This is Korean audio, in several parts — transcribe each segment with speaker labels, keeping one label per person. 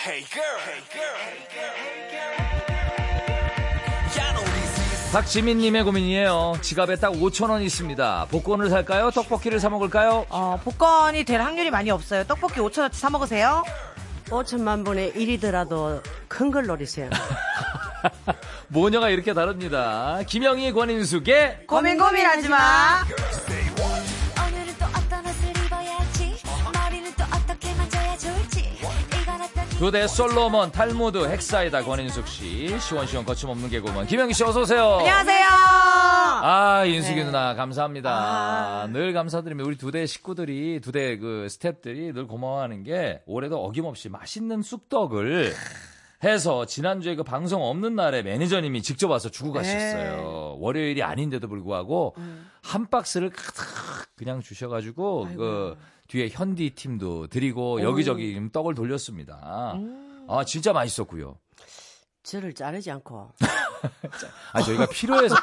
Speaker 1: Hey girl. Hey girl. 야, 너 우리
Speaker 2: 박지민님의 고민이에요. 지갑에 딱 5천 원 있습니다. 복권을 살까요? 떡볶이를 사 먹을까요?
Speaker 3: 어, 복권이 될 확률이 많이 없어요. 떡볶이 5천원치 사먹으세요.
Speaker 4: 5천만 분의 1이더라도 큰 걸 노리세요.
Speaker 2: 모녀가 이렇게 다릅니다. 김영희 권인숙의
Speaker 3: 고민 고민하지 마.
Speaker 5: 오늘은 또 어떤 옷을 입어야지 머리는 또 어떻게 만져야 좋을지 이건 어떤
Speaker 2: 교대 솔로몬 탈모드 헥사이다 권인숙 씨 시원시원 거침없는 개그우먼 김영희 씨 어서 오세요.
Speaker 3: 안녕하세요.
Speaker 2: 아 인숙이 누나 감사합니다. 늘 감사드립니다. 우리 두 대 식구들이 두 대 그 스탭들이 늘 고마워하는 게 올해도 어김없이 맛있는 쑥떡을 해서 지난주에 그 방송 없는 날에 매니저님이 직접 와서 주고 가셨어요. 월요일이 아닌데도 불구하고 한 박스를 가득 그냥 주셔가지고 그 뒤에 현디 팀도 드리고 여기저기 지금 떡을 돌렸습니다. 아 진짜 맛있었고요.
Speaker 4: 저를 자르지 않고.
Speaker 2: 아 저희가 필요해서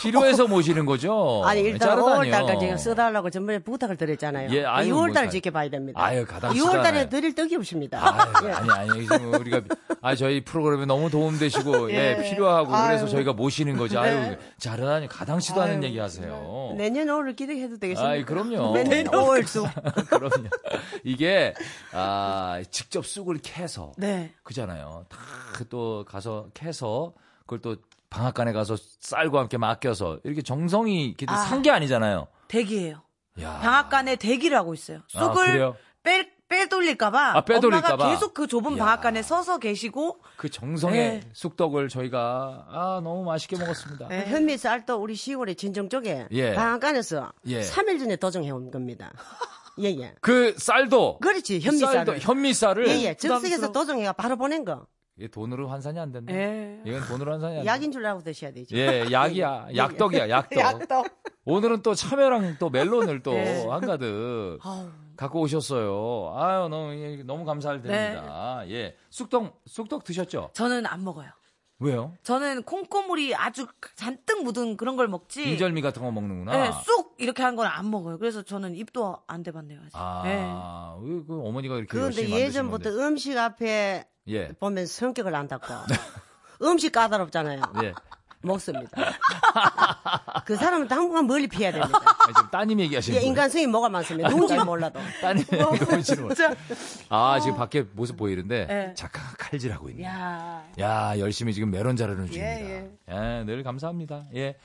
Speaker 2: 필요해서 모시는 거죠.
Speaker 4: 아니, 일단
Speaker 2: 어, 자르다니요.
Speaker 4: 5월달까지 제가 써달라고 전번에 부탁을 드렸잖아요.
Speaker 2: 예, 아유, 뭐,
Speaker 4: 6월달 지켜봐야 됩니다.
Speaker 2: 아유, 가당치가
Speaker 4: 6월달에
Speaker 2: 않아요.
Speaker 4: 드릴 떡이 없습니다.
Speaker 2: 아유, 아니 아니 지금 우리가 아 저희 프로그램에 너무 도움되시고 예, 필요하고 그래서 저희가 모시는 거지
Speaker 4: 네.
Speaker 2: 아유 자르다니 가당치도 않은 얘기하세요.
Speaker 4: 내년 5월을 기대해도 되겠습니까?
Speaker 2: 뭐. 아이 그럼요. 뭐.
Speaker 4: 내년 5월 쑥.
Speaker 2: 그럼요. 이게 아 직접 쑥을 캐서
Speaker 4: 네.
Speaker 2: 그잖아요. 다 또 가서 캐서 그걸 또 방앗간에 가서 쌀과 함께 맡겨서 이렇게 정성이 이렇게
Speaker 4: 아.
Speaker 2: 산 게 아니잖아요.
Speaker 3: 대기예요.
Speaker 2: 야.
Speaker 3: 방앗간에 대기를 하고 있어요. 쑥을
Speaker 2: 아, 그래요?
Speaker 3: 뺄, 빼돌릴까봐
Speaker 2: 아, 빼돌릴까 봐.
Speaker 3: 엄마가 계속 그 좁은
Speaker 2: 야.
Speaker 3: 방앗간에 서서 계시고
Speaker 2: 그 정성의
Speaker 3: 네.
Speaker 2: 쑥떡을 저희가 아 너무 맛있게 먹었습니다.
Speaker 4: 그 현미 쌀도 우리 10월에 진정 쪽에
Speaker 2: 네. 예.
Speaker 4: 방앗간에서
Speaker 2: 예.
Speaker 4: 3일 전에 도정해 온 겁니다. 예, 예.
Speaker 2: 그 쌀도
Speaker 4: 그렇지, 현미
Speaker 2: 쌀도,
Speaker 4: 쌀을.
Speaker 2: 현미 쌀을
Speaker 4: 예, 예. 즉석에서 도정해가 바로 보낸 거.
Speaker 2: 이게 돈으로 환산이 안 된다.
Speaker 3: 예.
Speaker 2: 이건 돈으로 환산이 안 된다.
Speaker 4: 약인 줄 알고 드셔야 되죠.
Speaker 2: 예, 약이야. 약떡이야, 약떡. 오늘은 또 참외랑 또 멜론을 또
Speaker 4: 예.
Speaker 2: 한가득 갖고 오셨어요. 아유, 너무, 예, 너무 감사드립니다.
Speaker 4: 네.
Speaker 2: 예. 쑥떡, 쑥떡 드셨죠?
Speaker 3: 저는 안 먹어요.
Speaker 2: 왜요?
Speaker 3: 저는 콩고물이 아주 잔뜩 묻은 그런 걸
Speaker 4: 예.
Speaker 3: 먹지.
Speaker 2: 인절미 같은 거 먹는구나.
Speaker 3: 네, 쑥 이렇게 한 건 안 먹어요. 그래서 저는 입도 안 대봤네요. 아직. 네.
Speaker 2: 아, 왜그 어머니가 이렇게
Speaker 4: 예. 그런데
Speaker 2: 열심히 만드시는
Speaker 4: 예전부터
Speaker 2: 건데.
Speaker 4: 음식 앞에
Speaker 2: 예.
Speaker 4: 보면 성격을 안다고. 음식 까다롭잖아요.
Speaker 2: 예.
Speaker 4: 먹습니다. 그 사람은 당분간 멀리 피해야 됩니다.
Speaker 2: 아, 지금 따님 얘기하시는
Speaker 4: 예,
Speaker 2: 거예요?
Speaker 4: 인간성이 뭐가 많습니다. 누군지
Speaker 2: 네.
Speaker 4: 몰라도.
Speaker 2: 따님 얘기하시는 거예요? 아, 지금 밖에 모습 보이는데 작가가 칼질하고 있네요.
Speaker 3: 야.
Speaker 2: 야, 열심히 지금 메론 자르는 중입니다. 예, 늘 감사합니다. 예.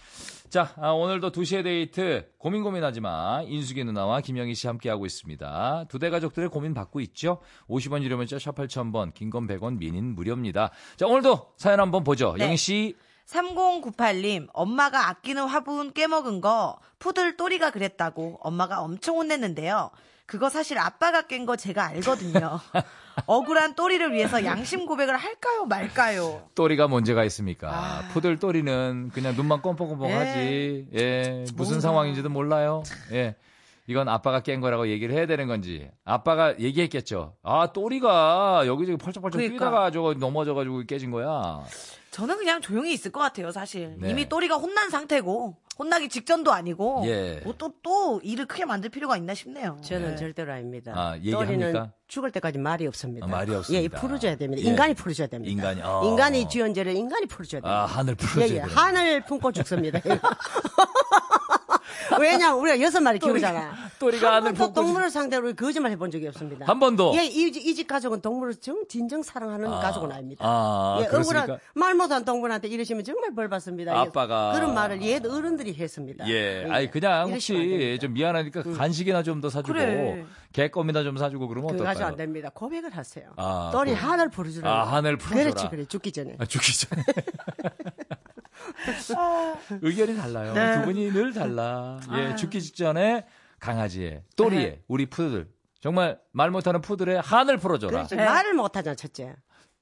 Speaker 2: 자, 아, 오늘도 2시의 데이트 고민 고민하지 마. 인숙이 누나와 김영희 씨 함께하고 있습니다. 두 대 가족들의 고민 받고 있죠? 50원 유료 문자 샵 8000번, 긴 건 100원, 미닌 무료입니다. 자, 오늘도 사연 한번 보죠.
Speaker 3: 네.
Speaker 2: 영희 씨.
Speaker 3: 3098님, 엄마가 아끼는 화분 깨먹은 거 푸들 또리가 그랬다고 엄마가 엄청 혼냈는데요. 그거 사실 아빠가 깬 거 제가 알거든요. 억울한 또리를 위해서 양심 고백을 할까요, 말까요?
Speaker 2: 또리가 문제가 있습니까? 푸들 또리는 그냥 눈만 껌뻑껌뻑하지. 예, 무슨 상황인지도 몰라요. 예, 이건 아빠가 깬 거라고 얘기를 해야 되는 건지. 아빠가 얘기했겠죠. 아 또리가 여기저기 펄쩍펄쩍
Speaker 3: 그러니까.
Speaker 2: 뛰다가 저거 넘어져가지고 깨진 거야.
Speaker 3: 저는 그냥 조용히 있을 것 같아요, 사실.
Speaker 2: 네.
Speaker 3: 이미 또리가 혼난 상태고, 혼나기 직전도 아니고,
Speaker 2: 예.
Speaker 3: 뭐 또, 또 일을 크게 만들 필요가 있나 싶네요.
Speaker 4: 저는 절대로 아닙니다.
Speaker 2: 아, 얘기합니까?
Speaker 4: 또리는 죽을 때까지 말이 없습니다.
Speaker 2: 아, 말이 없습니다.
Speaker 4: 예, 풀어줘야 됩니다.
Speaker 2: 예.
Speaker 4: 인간이 풀어줘야 됩니다.
Speaker 2: 인간이, 어.
Speaker 4: 인간이 주연제를 인간이 풀어줘야 됩니다.
Speaker 2: 아 하늘
Speaker 4: 예,
Speaker 2: 풀어줘야
Speaker 4: 예.
Speaker 2: 돼요.
Speaker 4: 한을 품고 죽습니다. 왜냐, 우리가 여섯 마리 키우잖아.
Speaker 2: 또리가
Speaker 4: 한
Speaker 2: 하늘
Speaker 4: 번도
Speaker 2: 품고 죽-
Speaker 4: 동물을 상대로 가거짓말 해본 적이 없습니다.
Speaker 2: 한 번도?
Speaker 4: 예, 이 집 가족은 동물을 정, 진정 사랑하는 가족은 아닙니다.
Speaker 2: 아,
Speaker 4: 예,
Speaker 2: 그렇습니까?
Speaker 4: 억울한, 말 못한 동물한테 이러시면 정말 벌 받습니다. 예,
Speaker 2: 아빠가.
Speaker 4: 그런 말을 옛 어른들이 했습니다.
Speaker 2: 예, 아니 그냥 혹시 좀 미안하니까 간식이나 좀 더 사주고
Speaker 3: 그래.
Speaker 2: 개껌이나 좀 사주고 그러면
Speaker 4: 그거 가지고 안
Speaker 2: 어떨까요?
Speaker 4: 됩니다. 고백을 하세요.
Speaker 2: 아,
Speaker 4: 또리
Speaker 2: 고백.
Speaker 4: 한을 부르주라.
Speaker 2: 아, 한을 풀어줘라.
Speaker 4: 그렇지, 그래. 죽기 전에.
Speaker 2: 아, 죽기 전에. 의견이 달라요.
Speaker 4: 네.
Speaker 2: 두 분이 늘 달라.
Speaker 4: 아.
Speaker 2: 예, 죽기 직전에 강아지에, 또리에,
Speaker 4: 네.
Speaker 2: 우리 푸들. 정말 말 못하는 푸들의 한을 풀어줘라.
Speaker 4: 그렇지. 말을 못하잖아, 첫째.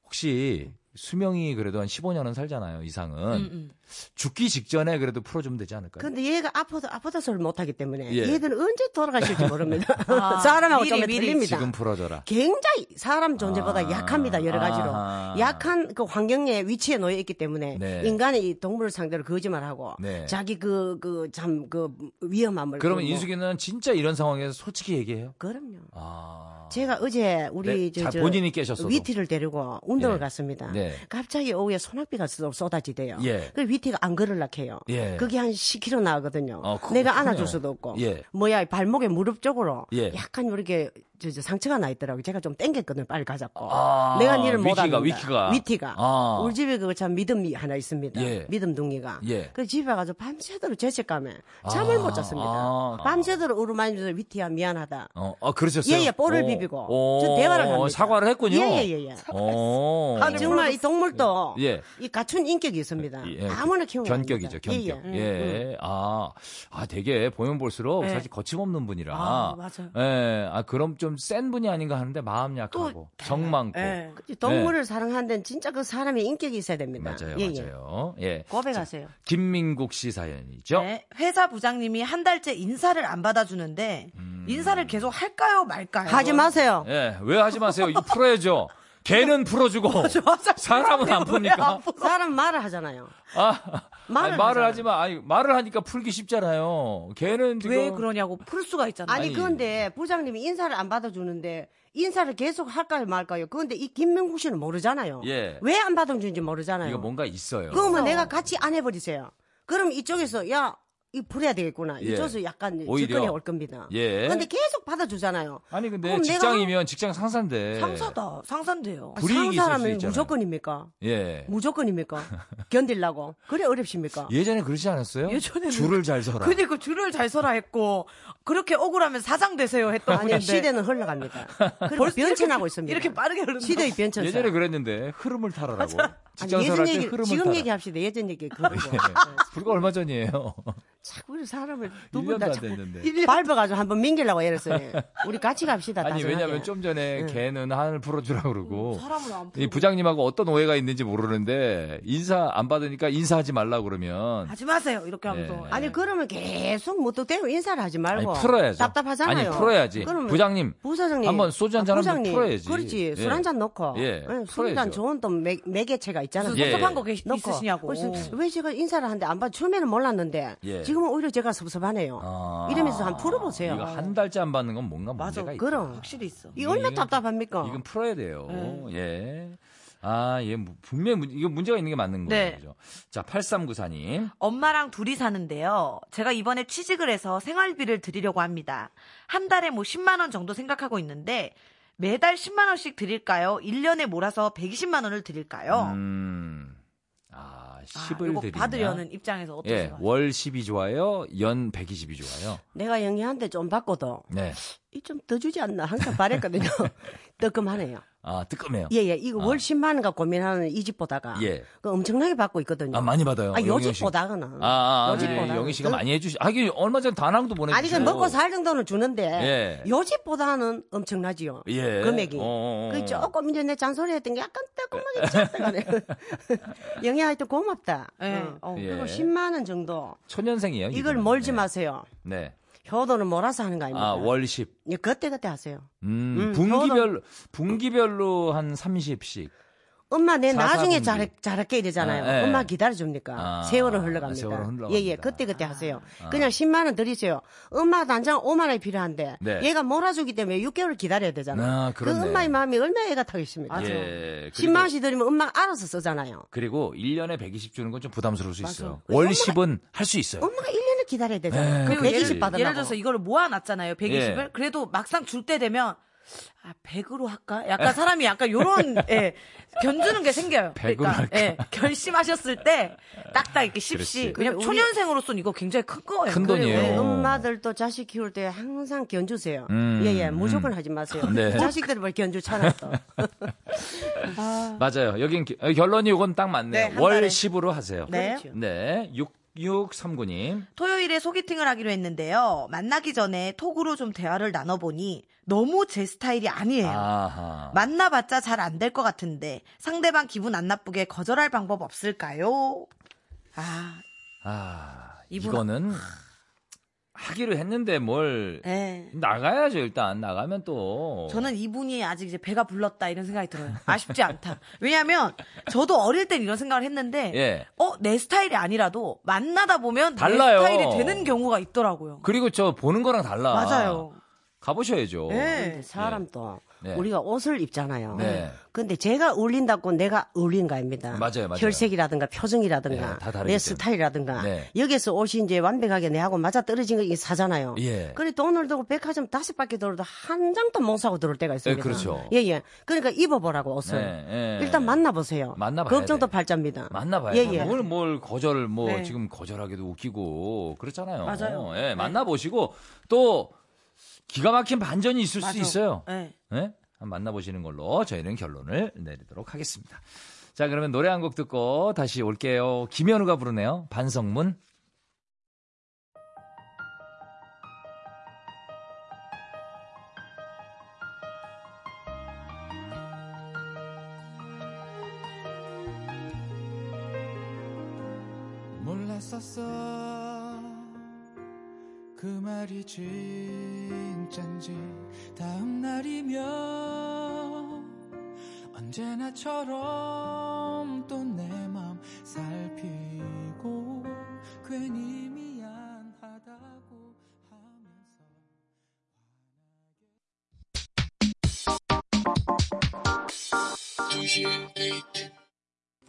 Speaker 2: 혹시 수명이 그래도 한 15년은 살잖아요, 이상은.
Speaker 4: 음,
Speaker 2: 죽기 직전에 그래도 풀어주면 되지 않을까요?
Speaker 4: 근데 얘가 아파도 아프다 소리를 못하기 때문에
Speaker 2: 예.
Speaker 4: 얘들은 언제 돌아가실지 모릅니다. 사람하고
Speaker 3: 미리,
Speaker 4: 좀
Speaker 3: 미리.
Speaker 4: 틀립니다.
Speaker 2: 지금 풀어줘라.
Speaker 4: 굉장히 사람 존재보다
Speaker 2: 아,
Speaker 4: 약합니다 여러 가지로
Speaker 2: 아하.
Speaker 4: 약한 그 환경에 위치에 놓여 있기 때문에
Speaker 2: 네.
Speaker 4: 인간이 이 동물을 상대로 거짓말하고
Speaker 2: 네.
Speaker 4: 자기 그 그 참 그 위험함을
Speaker 2: 그러면
Speaker 4: 그 뭐-
Speaker 2: 인숙이는 진짜 이런 상황에서 솔직히 얘기해요?
Speaker 4: 그럼요
Speaker 2: 아.
Speaker 4: 제가 어제 우리
Speaker 2: 네, 자, 본인이 깨셨어도.
Speaker 4: 위티를 데리고 운동을
Speaker 2: 예.
Speaker 4: 갔습니다.
Speaker 2: 네.
Speaker 4: 갑자기 오후에 소낙비가 쏟- 쏟아지대요.
Speaker 2: 예.
Speaker 4: 그 위티가 안 걸을락 해요.
Speaker 2: 예.
Speaker 4: 그게 한 10kg 나가거든요.
Speaker 2: 아, 그렇군요.
Speaker 4: 내가 안아줄 수도 없고.
Speaker 2: 예.
Speaker 4: 뭐야 발목에 무릎 쪽으로
Speaker 2: 예.
Speaker 4: 약간 이렇게 저, 저 상처가 나 있더라고요. 제가 좀 땡겼거든요. 빨리 가자고.
Speaker 2: 아,
Speaker 4: 내가 니를 못
Speaker 2: 위키가,
Speaker 4: 안다.
Speaker 2: 위키가.
Speaker 4: 위티가.
Speaker 2: 아.
Speaker 4: 우리 집에 그거 참 믿음이 하나 있습니다.
Speaker 2: 예.
Speaker 4: 믿음둥이가.
Speaker 2: 예.
Speaker 4: 그 집에 가서 밤새도록 죄책감에 잠을
Speaker 2: 아,
Speaker 4: 못 잤습니다.
Speaker 2: 아.
Speaker 4: 밤새도록 우르마니면서 위티야 미안하다.
Speaker 2: 어, 아, 그러셨어요?
Speaker 4: 예예 볼을
Speaker 2: 오.
Speaker 4: 비비고
Speaker 2: 오.
Speaker 4: 전 대화를 합니다.
Speaker 2: 사과를 했군요.
Speaker 4: 예예예. 예,
Speaker 2: 오.
Speaker 4: 아, 정말 이 동물도
Speaker 2: 어. 예.
Speaker 4: 이 갖춘 인격이 있습니다.
Speaker 2: 예, 그
Speaker 4: 아무나 키우면
Speaker 2: 견격이죠,
Speaker 4: 안 됩니다.
Speaker 2: 견격. 예.
Speaker 4: 예, 예. 음, 네. 음.
Speaker 2: 아, 아, 되게 보면 볼수록
Speaker 3: 예.
Speaker 2: 사실 거침없는 분이라.
Speaker 3: 아, 맞아요.
Speaker 2: 예. 아, 그럼 좀 센 분이 아닌가 하는데 마음 약하고 정 많고.
Speaker 3: 예.
Speaker 4: 음. 이 동물을 사랑하는 데는 진짜 그 사람의 인격이 있어야 됩니다.
Speaker 2: 맞아요,
Speaker 4: 예, 예.
Speaker 2: 맞아요. 예.
Speaker 3: 꼽에 가세요.
Speaker 2: 김민국 씨 사연이죠.
Speaker 3: 네, 회사 부장님이 한 달째 인사를 안 받아주는데
Speaker 2: 음.
Speaker 3: 인사를 계속 할까요 말까요?
Speaker 4: 하지 마세요.
Speaker 2: 예. 왜 하지 마세요? 이거 풀어야죠. 개는 풀어주고 사람은 안 풉니까?
Speaker 4: 사람 말을 하잖아요.
Speaker 2: 아,
Speaker 4: 말을
Speaker 2: 아니, 말을
Speaker 4: 하잖아요.
Speaker 2: 하지 마. 아니, 말을 하니까 풀기 쉽잖아요. 개는 지금
Speaker 3: 왜 그러냐고 풀 수가 있잖아요.
Speaker 4: 아니,
Speaker 2: 아니.
Speaker 4: 그런데 부장님이 인사를 안 받아주는데 인사를 계속 할까요 말까요? 그런데 이 김명국 씨는 모르잖아요.
Speaker 2: 예.
Speaker 4: 왜 안 받아주는지 모르잖아요.
Speaker 2: 이거 뭔가 있어요.
Speaker 4: 그러면 내가 같이 안 해버리세요. 그럼 이쪽에서 야, 이 불해야 되겠구나.
Speaker 2: 예.
Speaker 4: 이쪽에서 약간
Speaker 2: 오히려.
Speaker 4: 접근이 올 겁니다.
Speaker 2: 예.
Speaker 4: 근데 계속 받아주잖아요.
Speaker 2: 아니 근데
Speaker 4: 그럼 내가
Speaker 2: 직장이면 직장 상사인데
Speaker 3: 상사다, 상사인데요.
Speaker 2: 불이익이 있을 수
Speaker 4: 상사라면
Speaker 2: 네. 있잖아요.
Speaker 4: 무조건입니까?
Speaker 2: 예.
Speaker 4: 무조건입니까? 견딜라고? 그래 어렵십니까?
Speaker 2: 예전에 그러지 않았어요?
Speaker 3: 예전에는
Speaker 2: 줄을 잘 서라.
Speaker 3: 근데 그 줄을 잘 서라 했고 그렇게 억울하면 사장 되세요 했던
Speaker 4: 아니
Speaker 3: 분인데
Speaker 4: 시대는 흘러갑니다. 그리고
Speaker 3: 벌써
Speaker 4: 변천하고
Speaker 3: 이렇게-
Speaker 4: 있습니다.
Speaker 3: 이렇게 빠르게 흐른다.
Speaker 4: 시대의 변천.
Speaker 2: 예전에 그랬는데 흐름을 타라라고. 직장
Speaker 4: 아니,
Speaker 2: 생활할
Speaker 4: 예전
Speaker 2: 때
Speaker 4: 얘기
Speaker 2: 흐름을
Speaker 4: 지금
Speaker 2: 타라.
Speaker 4: 얘기합시다. 예전 얘기 그거.
Speaker 2: 불과 얼마 전이에요.
Speaker 4: 자꾸 우리 사람을 두 분
Speaker 2: 1년도
Speaker 4: 다
Speaker 2: 안
Speaker 4: 자꾸
Speaker 2: 됐는데.
Speaker 4: 밟아가지고 한번 민기려고 애를 써요. 우리 같이 갑시다.
Speaker 2: 아니
Speaker 4: 따뜻하게.
Speaker 2: 왜냐면 좀 전에
Speaker 4: 예.
Speaker 2: 걔는 한을 풀어주라 그러고
Speaker 4: 음,
Speaker 3: 사람을 안
Speaker 2: 이 부장님하고 어떤 오해가 있는지 모르는데 인사 안 받으니까 인사하지 말라
Speaker 4: 아,
Speaker 2: 그러면
Speaker 3: 하지 마세요 이렇게 하면서
Speaker 2: 예.
Speaker 4: 아니 그러면 계속 무턱대고 인사를 하지 말고
Speaker 2: 아니, 풀어야죠.
Speaker 4: 답답하잖아요.
Speaker 2: 아니, 풀어야지.
Speaker 4: 그러면
Speaker 2: 부장님,
Speaker 4: 부사장님
Speaker 2: 한번 소주 한잔
Speaker 4: 아,
Speaker 2: 한번
Speaker 4: 부장님,
Speaker 2: 풀어야지.
Speaker 4: 그렇지
Speaker 2: 예.
Speaker 4: 술 한 잔 넣고
Speaker 2: 예, 풀어야죠.
Speaker 4: 술한잔 좋은 또 매, 매개체가 있잖아요.
Speaker 2: 예.
Speaker 3: 섭섭한 거 계시,
Speaker 4: 넣고.
Speaker 3: 있으시냐고.
Speaker 4: 그래서 왜 제가 인사를 하는데 안 받? 처음에는 몰랐는데
Speaker 2: 예.
Speaker 4: 지금은 오히려 제가 섭섭하네요.
Speaker 2: 아.
Speaker 4: 이러면서 한번 풀어보세요.
Speaker 2: 이거 한 달째 안 받는 건 뭔가
Speaker 3: 맞아,
Speaker 2: 문제가 있다.
Speaker 4: 그럼
Speaker 3: 확실히 있어.
Speaker 4: 이 얼마나
Speaker 2: 이건-
Speaker 4: 답답합니까?
Speaker 2: 이건 풀어야 돼요. 예. 아, 예. 무- 분명히 문- 이거 문제가 있는 게 맞는 거예요.
Speaker 3: 네.
Speaker 2: 그죠? 자, 8394님.
Speaker 3: 엄마랑 둘이 사는데요. 제가 이번에 취직을 해서 생활비를 드리려고 합니다. 한 달에 뭐 10만 원 정도 생각하고 있는데 매달 10만 원씩 드릴까요? 1년에 몰아서 120만 원을
Speaker 4: 어.
Speaker 3: 드릴까요?
Speaker 2: 음. 아,
Speaker 3: 아,
Speaker 2: 10을
Speaker 3: 요거
Speaker 2: 드리냐?
Speaker 3: 받으려는 입장에서
Speaker 2: 예,
Speaker 3: 어떠세요?
Speaker 2: 월 10이 좋아요, 연 120이 좋아요.
Speaker 4: 내가 영희한테 좀 받고도
Speaker 2: 네.
Speaker 4: 이 좀 더 주지 않나 항상 바랬거든요. 뜨끔하네요.
Speaker 2: 아, 뜨끔해요.
Speaker 4: 예예 이거 월 10만 원가 고민하는 이 집보다가
Speaker 2: 예.
Speaker 4: 그 엄청나게 받고 있거든요.
Speaker 2: 아, 많이 받아요.
Speaker 4: 아,
Speaker 2: 영희 씨.
Speaker 4: 요집보다거나.
Speaker 2: 아, 아, 아 우리
Speaker 4: 요집보다는.
Speaker 2: 영희 씨가 많이 해주시. 아, 이게 얼마 전 다낭도 보내주시고.
Speaker 4: 아니, 그 먹고 살 정도는 주는데,
Speaker 2: 예.
Speaker 4: 요집보다는 엄청나지요.
Speaker 2: 예.
Speaker 4: 금액이.
Speaker 2: 어, 어, 예. 어.
Speaker 4: 그 조금 이제 내 잔소리 했던 게 약간 뜨끔하게 쳤다가네. 영희 하여튼 고맙다.
Speaker 3: 예.
Speaker 4: 응.
Speaker 3: 어,
Speaker 2: 예.
Speaker 4: 그리고 10만원 정도.
Speaker 2: 초년생이에요.
Speaker 4: 이걸
Speaker 2: 이분은.
Speaker 4: 멀지
Speaker 2: 네.
Speaker 4: 마세요.
Speaker 2: 네.
Speaker 4: 효도는 몰아서 하는 거 아닙니까?
Speaker 2: 아, 월 10.
Speaker 4: 예, 그때그때 하세요.
Speaker 2: 음,
Speaker 4: 음,
Speaker 2: 분기별로 분기별로 한 30씩.
Speaker 4: 엄마 내
Speaker 2: 사사
Speaker 4: 나중에
Speaker 2: 분기.
Speaker 4: 잘, 잘할게 이러잖아요.
Speaker 2: 아, 예.
Speaker 4: 엄마 기다려줍니까?
Speaker 2: 아,
Speaker 4: 세월은 흘러갑니다.
Speaker 2: 세월은 흘러갑니다. 아.
Speaker 4: 예, 예. 그때그때 하세요. 그냥 10만 원 드리세요. 엄마 단장 5만 원이 필요한데
Speaker 2: 네.
Speaker 4: 얘가 몰아주기 때문에 6개월 기다려야 되잖아요.
Speaker 2: 아,
Speaker 4: 그
Speaker 2: 그렇네.
Speaker 4: 엄마의 마음이 얼마나 애가 타겠습니까?
Speaker 2: 예. 그리고,
Speaker 4: 10만 원씩 드리면 엄마 알아서 쓰잖아요.
Speaker 2: 그리고 1년에 120 주는 건 좀 부담스러울 수 있어요. 월 10은 할 수 있어요.
Speaker 4: 엄마가 1년을 기다려야 되잖아요.
Speaker 2: 예,
Speaker 4: 그럼
Speaker 3: 그리고
Speaker 4: 120
Speaker 3: 그러니까 예를,
Speaker 4: 받으라고.
Speaker 3: 예를 들어서 이거를 모아놨잖아요. 120을.
Speaker 2: 예.
Speaker 3: 그래도 막상 줄 때 되면 아, 100으로 할까? 약간 사람이 약간 요런 예, 견주는 게 생겨요.
Speaker 2: 100으로 할까?
Speaker 3: 예, 결심하셨을 때 딱딱 이렇게 10씩.
Speaker 2: 그렇지.
Speaker 3: 왜냐면
Speaker 4: 우리-
Speaker 3: 초년생으로서는 이거 굉장히 큰 거예요. 그
Speaker 2: 큰
Speaker 4: 우리
Speaker 2: 돈이에요.
Speaker 4: 엄마들도 자식 키울 때 항상 견주세요.
Speaker 2: 음,
Speaker 4: 예, 예. 무조건 하지 마세요.
Speaker 2: 네.
Speaker 4: 자식들 뭘 견주잖아, 또.
Speaker 2: 맞아요. 여긴 기- 어, 결론이 이건 딱 맞네요.
Speaker 3: 네, 한
Speaker 2: 월
Speaker 3: 달에.
Speaker 2: 10으로 하세요.
Speaker 3: 네.
Speaker 4: 그렇죠.
Speaker 2: 네. 6639님.
Speaker 3: 토요일에 소개팅을 하기로 했는데요. 만나기 전에 톡으로 좀 대화를 나눠보니 너무 제 스타일이 아니에요.
Speaker 2: 아하.
Speaker 3: 만나봤자 잘 안 될 것 같은데 상대방 기분 안 나쁘게 거절할 방법 없을까요? 아,
Speaker 2: 아,
Speaker 3: 이분-
Speaker 2: 이거는 하기로 했는데 뭘
Speaker 3: 예.
Speaker 2: 나가야죠, 일단. 나가면 또
Speaker 3: 저는 이분이 아직 이제 배가 불렀다 이런 생각이 들어요. 아쉽지 않다. 왜냐하면 저도 어릴 땐 이런 생각을 했는데,
Speaker 2: 예.
Speaker 3: 어 내 스타일이 아니라도 만나다 보면
Speaker 2: 달라요. 그러니까.
Speaker 3: 내 스타일이 되는 경우가 있더라고요.
Speaker 2: 그리고 저 보는 거랑 달라.
Speaker 3: 맞아요.
Speaker 2: 가보셔야죠.
Speaker 3: 네.
Speaker 4: 사람 또
Speaker 2: 네.
Speaker 4: 우리가 옷을 입잖아요.
Speaker 2: 네.
Speaker 4: 근데 제가 어울린다고 내가 어울린가입니다.
Speaker 2: 맞아요, 맞아요.
Speaker 4: 혈색이라든가
Speaker 2: 네,
Speaker 4: 표정이라든가
Speaker 2: 다 다르기 때문에.
Speaker 4: 내 스타일이라든가
Speaker 2: 네.
Speaker 4: 여기서 옷이 이제 완벽하게 내하고 맞아 떨어진 거 이게 사잖아요.
Speaker 2: 예.
Speaker 4: 그래 돈을 들고 백화점 다섯 바퀴 돌아도 한 장도 못 사고 들어올 때가 있습니다.
Speaker 2: 예, 그렇죠.
Speaker 4: 예, 예. 그러니까 입어보라고 옷을
Speaker 2: 네, 예.
Speaker 4: 일단 만나보세요.
Speaker 2: 만나봐야
Speaker 4: 걱정도
Speaker 2: 돼.
Speaker 4: 팔자입니다.
Speaker 2: 만나봐야
Speaker 4: 예,
Speaker 2: 돼.
Speaker 4: 예.
Speaker 2: 뭘, 뭘 거절, 뭐
Speaker 3: 네.
Speaker 2: 지금 거절하기도 웃기고 그렇잖아요.
Speaker 3: 맞아요. 네.
Speaker 2: 예, 만나보시고 또 기가 막힌 반전이 있을 수 있어요.
Speaker 3: 네.
Speaker 2: 예? 한번 만나보시는 걸로 저희는 결론을 내리도록 하겠습니다. 자, 그러면 노래 한 곡 듣고 다시 올게요. 김현우가 부르네요. 반성문.
Speaker 6: 몰랐었어 그 말이 진짠지 다음 날이면 언제나처럼 또 내 맘 살피고 괜히 미안하다고 하면서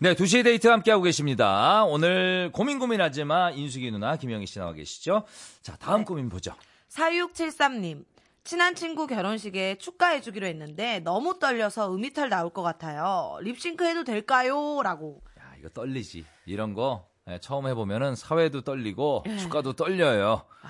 Speaker 2: 네, 2시의 데이트 함께하고 계십니다. 오늘 고민 고민하지만 인숙이 누나, 김영희 씨 나와 계시죠? 자,
Speaker 3: 네.
Speaker 2: 다음 고민 보죠.
Speaker 3: 4673님. 친한 친구 결혼식에 축가해주기로 했는데 너무 떨려서 음이탈 나올 것 같아요. 립싱크 해도 될까요? 라고.
Speaker 2: 야, 이거 떨리지. 이런 거 예, 처음 해보면은 사회도 떨리고 주가도 떨려요.
Speaker 3: 네.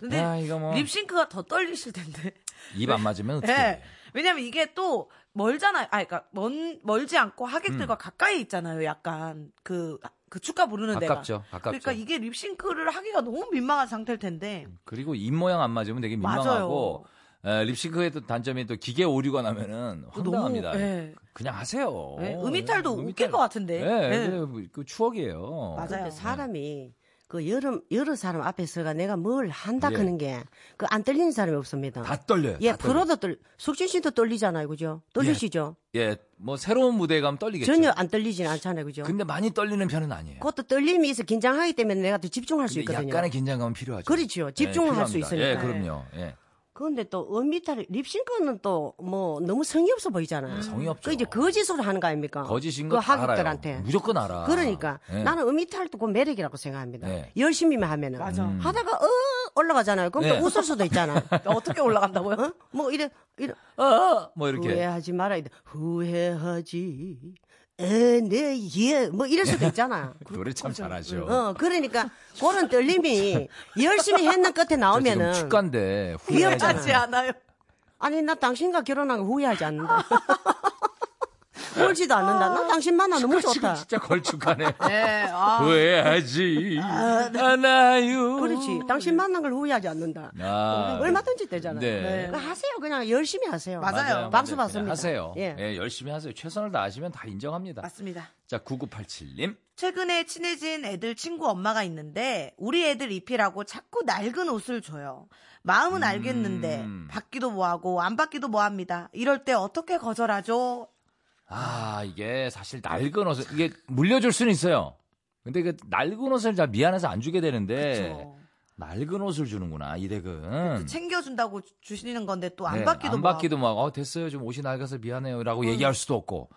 Speaker 3: 근데
Speaker 2: 야, 이거 뭐.
Speaker 3: 립싱크가 더 떨리실 텐데.
Speaker 2: 입 안 맞으면 어떻게?
Speaker 3: 네. 왜냐면 이게 또 멀잖아요. 아, 그러니까 먼 멀지
Speaker 2: 음.
Speaker 3: 않고 하객들과 가까이 있잖아요. 약간 그. 그 축가 부르는
Speaker 2: 가깝죠,
Speaker 3: 데가
Speaker 2: 가깝죠.
Speaker 3: 그러니까 이게 립싱크를 하기가 너무 민망한 상태일 텐데
Speaker 2: 그리고 입 모양 안 맞으면 되게 민망하고 에, 립싱크의 또 단점이 또 기계 오류가 나면은 황당합니다.
Speaker 3: 너무, 예.
Speaker 2: 그냥 하세요.
Speaker 3: 예, 음이탈도
Speaker 2: 예,
Speaker 3: 웃길 것 같은데.
Speaker 2: 예,
Speaker 3: 예.
Speaker 2: 그, 그 추억이에요.
Speaker 3: 맞아요.
Speaker 4: 근데 사람이 그 여러 여러 사람 앞에서가 내가 뭘 한다
Speaker 2: 예.
Speaker 4: 하는 게 그 안 떨리는 사람이 없습니다.
Speaker 2: 다 떨려요.
Speaker 4: 예,
Speaker 2: 다 떨려요.
Speaker 4: 프로도 떨, 숙진 씨도 떨리잖아요, 그죠? 떨리시죠?
Speaker 2: 예, 뭐 새로운 무대에 가면 떨리겠죠.
Speaker 4: 전혀 안 떨리진 않잖아요, 그죠?
Speaker 2: 예. 그렇죠. 근데 많이 떨리는 편은 아니에요.
Speaker 4: 그것도 떨림이 있어 긴장하기 때문에 내가 더 집중할 수
Speaker 2: 근데
Speaker 4: 있거든요.
Speaker 2: 약간의 긴장감은 필요하죠. 예,
Speaker 4: 그렇죠. 집중을 할수
Speaker 2: 필요합니다. 예,
Speaker 4: 있으니까.
Speaker 2: 그럼요. 예.
Speaker 4: 그런데 또 은비탈 립싱크는 또 뭐 너무 성의 없어 보이잖아요.
Speaker 2: 음, 성의 없죠.
Speaker 4: 그 이제 거짓으로 하는 거 아닙니까?
Speaker 2: 거짓인
Speaker 4: 그
Speaker 2: 거다
Speaker 4: 하객들한테.
Speaker 2: 알아요. 무조건 알아.
Speaker 4: 그러니까
Speaker 2: 예.
Speaker 4: 나는 음이탈도 그 매력이라고 생각합니다.
Speaker 2: 네.
Speaker 4: 열심히만 하면은
Speaker 3: 맞아. 음.
Speaker 4: 하다가 어 올라가잖아요. 그럼
Speaker 2: 네.
Speaker 4: 또 웃을 수도 있잖아.
Speaker 3: 어떻게 올라간다고요?
Speaker 4: 어? 뭐 이래 이래
Speaker 2: 뭐 이렇게
Speaker 4: 후회하지 말아 이래 후회하지 에네예뭐 이럴 수도 있잖아.
Speaker 2: 노래 참 잘하죠.
Speaker 4: 어 그러니까 그런 떨림이 열심히 했는 끝에
Speaker 2: 저 지금
Speaker 4: 나오면은
Speaker 2: 축가인데 후회하지 않아요.
Speaker 4: 위험하지
Speaker 3: 하지 않아요.
Speaker 4: 아니 나 당신과 결혼한 거 후회하지 않는다. 울지도 않는다. 나 당신만 하면 너무
Speaker 2: 그러니까 지금
Speaker 4: 좋다.
Speaker 2: 진짜 걸쭉하네.
Speaker 3: 네, 아.
Speaker 2: 후회하지 않아요.
Speaker 4: 아, 네. 그렇지. 당신 만난 걸 후회하지 않는다.
Speaker 2: 어, 네. 아.
Speaker 4: 얼마든지 되잖아요.
Speaker 2: 네.
Speaker 4: 그러니까 하세요. 그냥 열심히 하세요.
Speaker 3: 맞아요.
Speaker 4: 박수
Speaker 2: 그냥
Speaker 4: 받습니다.
Speaker 2: 하세요. 예.
Speaker 4: 예.
Speaker 2: 열심히 하세요. 최선을 다하시면 다 인정합니다.
Speaker 3: 맞습니다.
Speaker 2: 자, 9987님.
Speaker 3: 최근에 친해진 애들 친구 엄마가 있는데 우리 애들 입히라고 자꾸 낡은 옷을 줘요. 마음은 알겠는데 받기도 뭐하고 안 받기도 뭐합니다. 이럴 때 어떻게 거절하죠?
Speaker 2: 아, 이게 사실 낡은 옷을, 이게 물려줄 수는 있어요. 근데 그 낡은 옷을 잘 미안해서 안 주게 되는데,
Speaker 3: 그쵸.
Speaker 2: 낡은 옷을 주는구나, 이 댁은.
Speaker 3: 챙겨준다고 주- 주시는 건데 또 안
Speaker 2: 음. 네,
Speaker 3: 받기도
Speaker 2: 안
Speaker 3: 뭐하고.
Speaker 2: 받기도 막, 어, 됐어요. 좀 옷이 낡아서 미안해요. 라고 얘기할 수도 없고.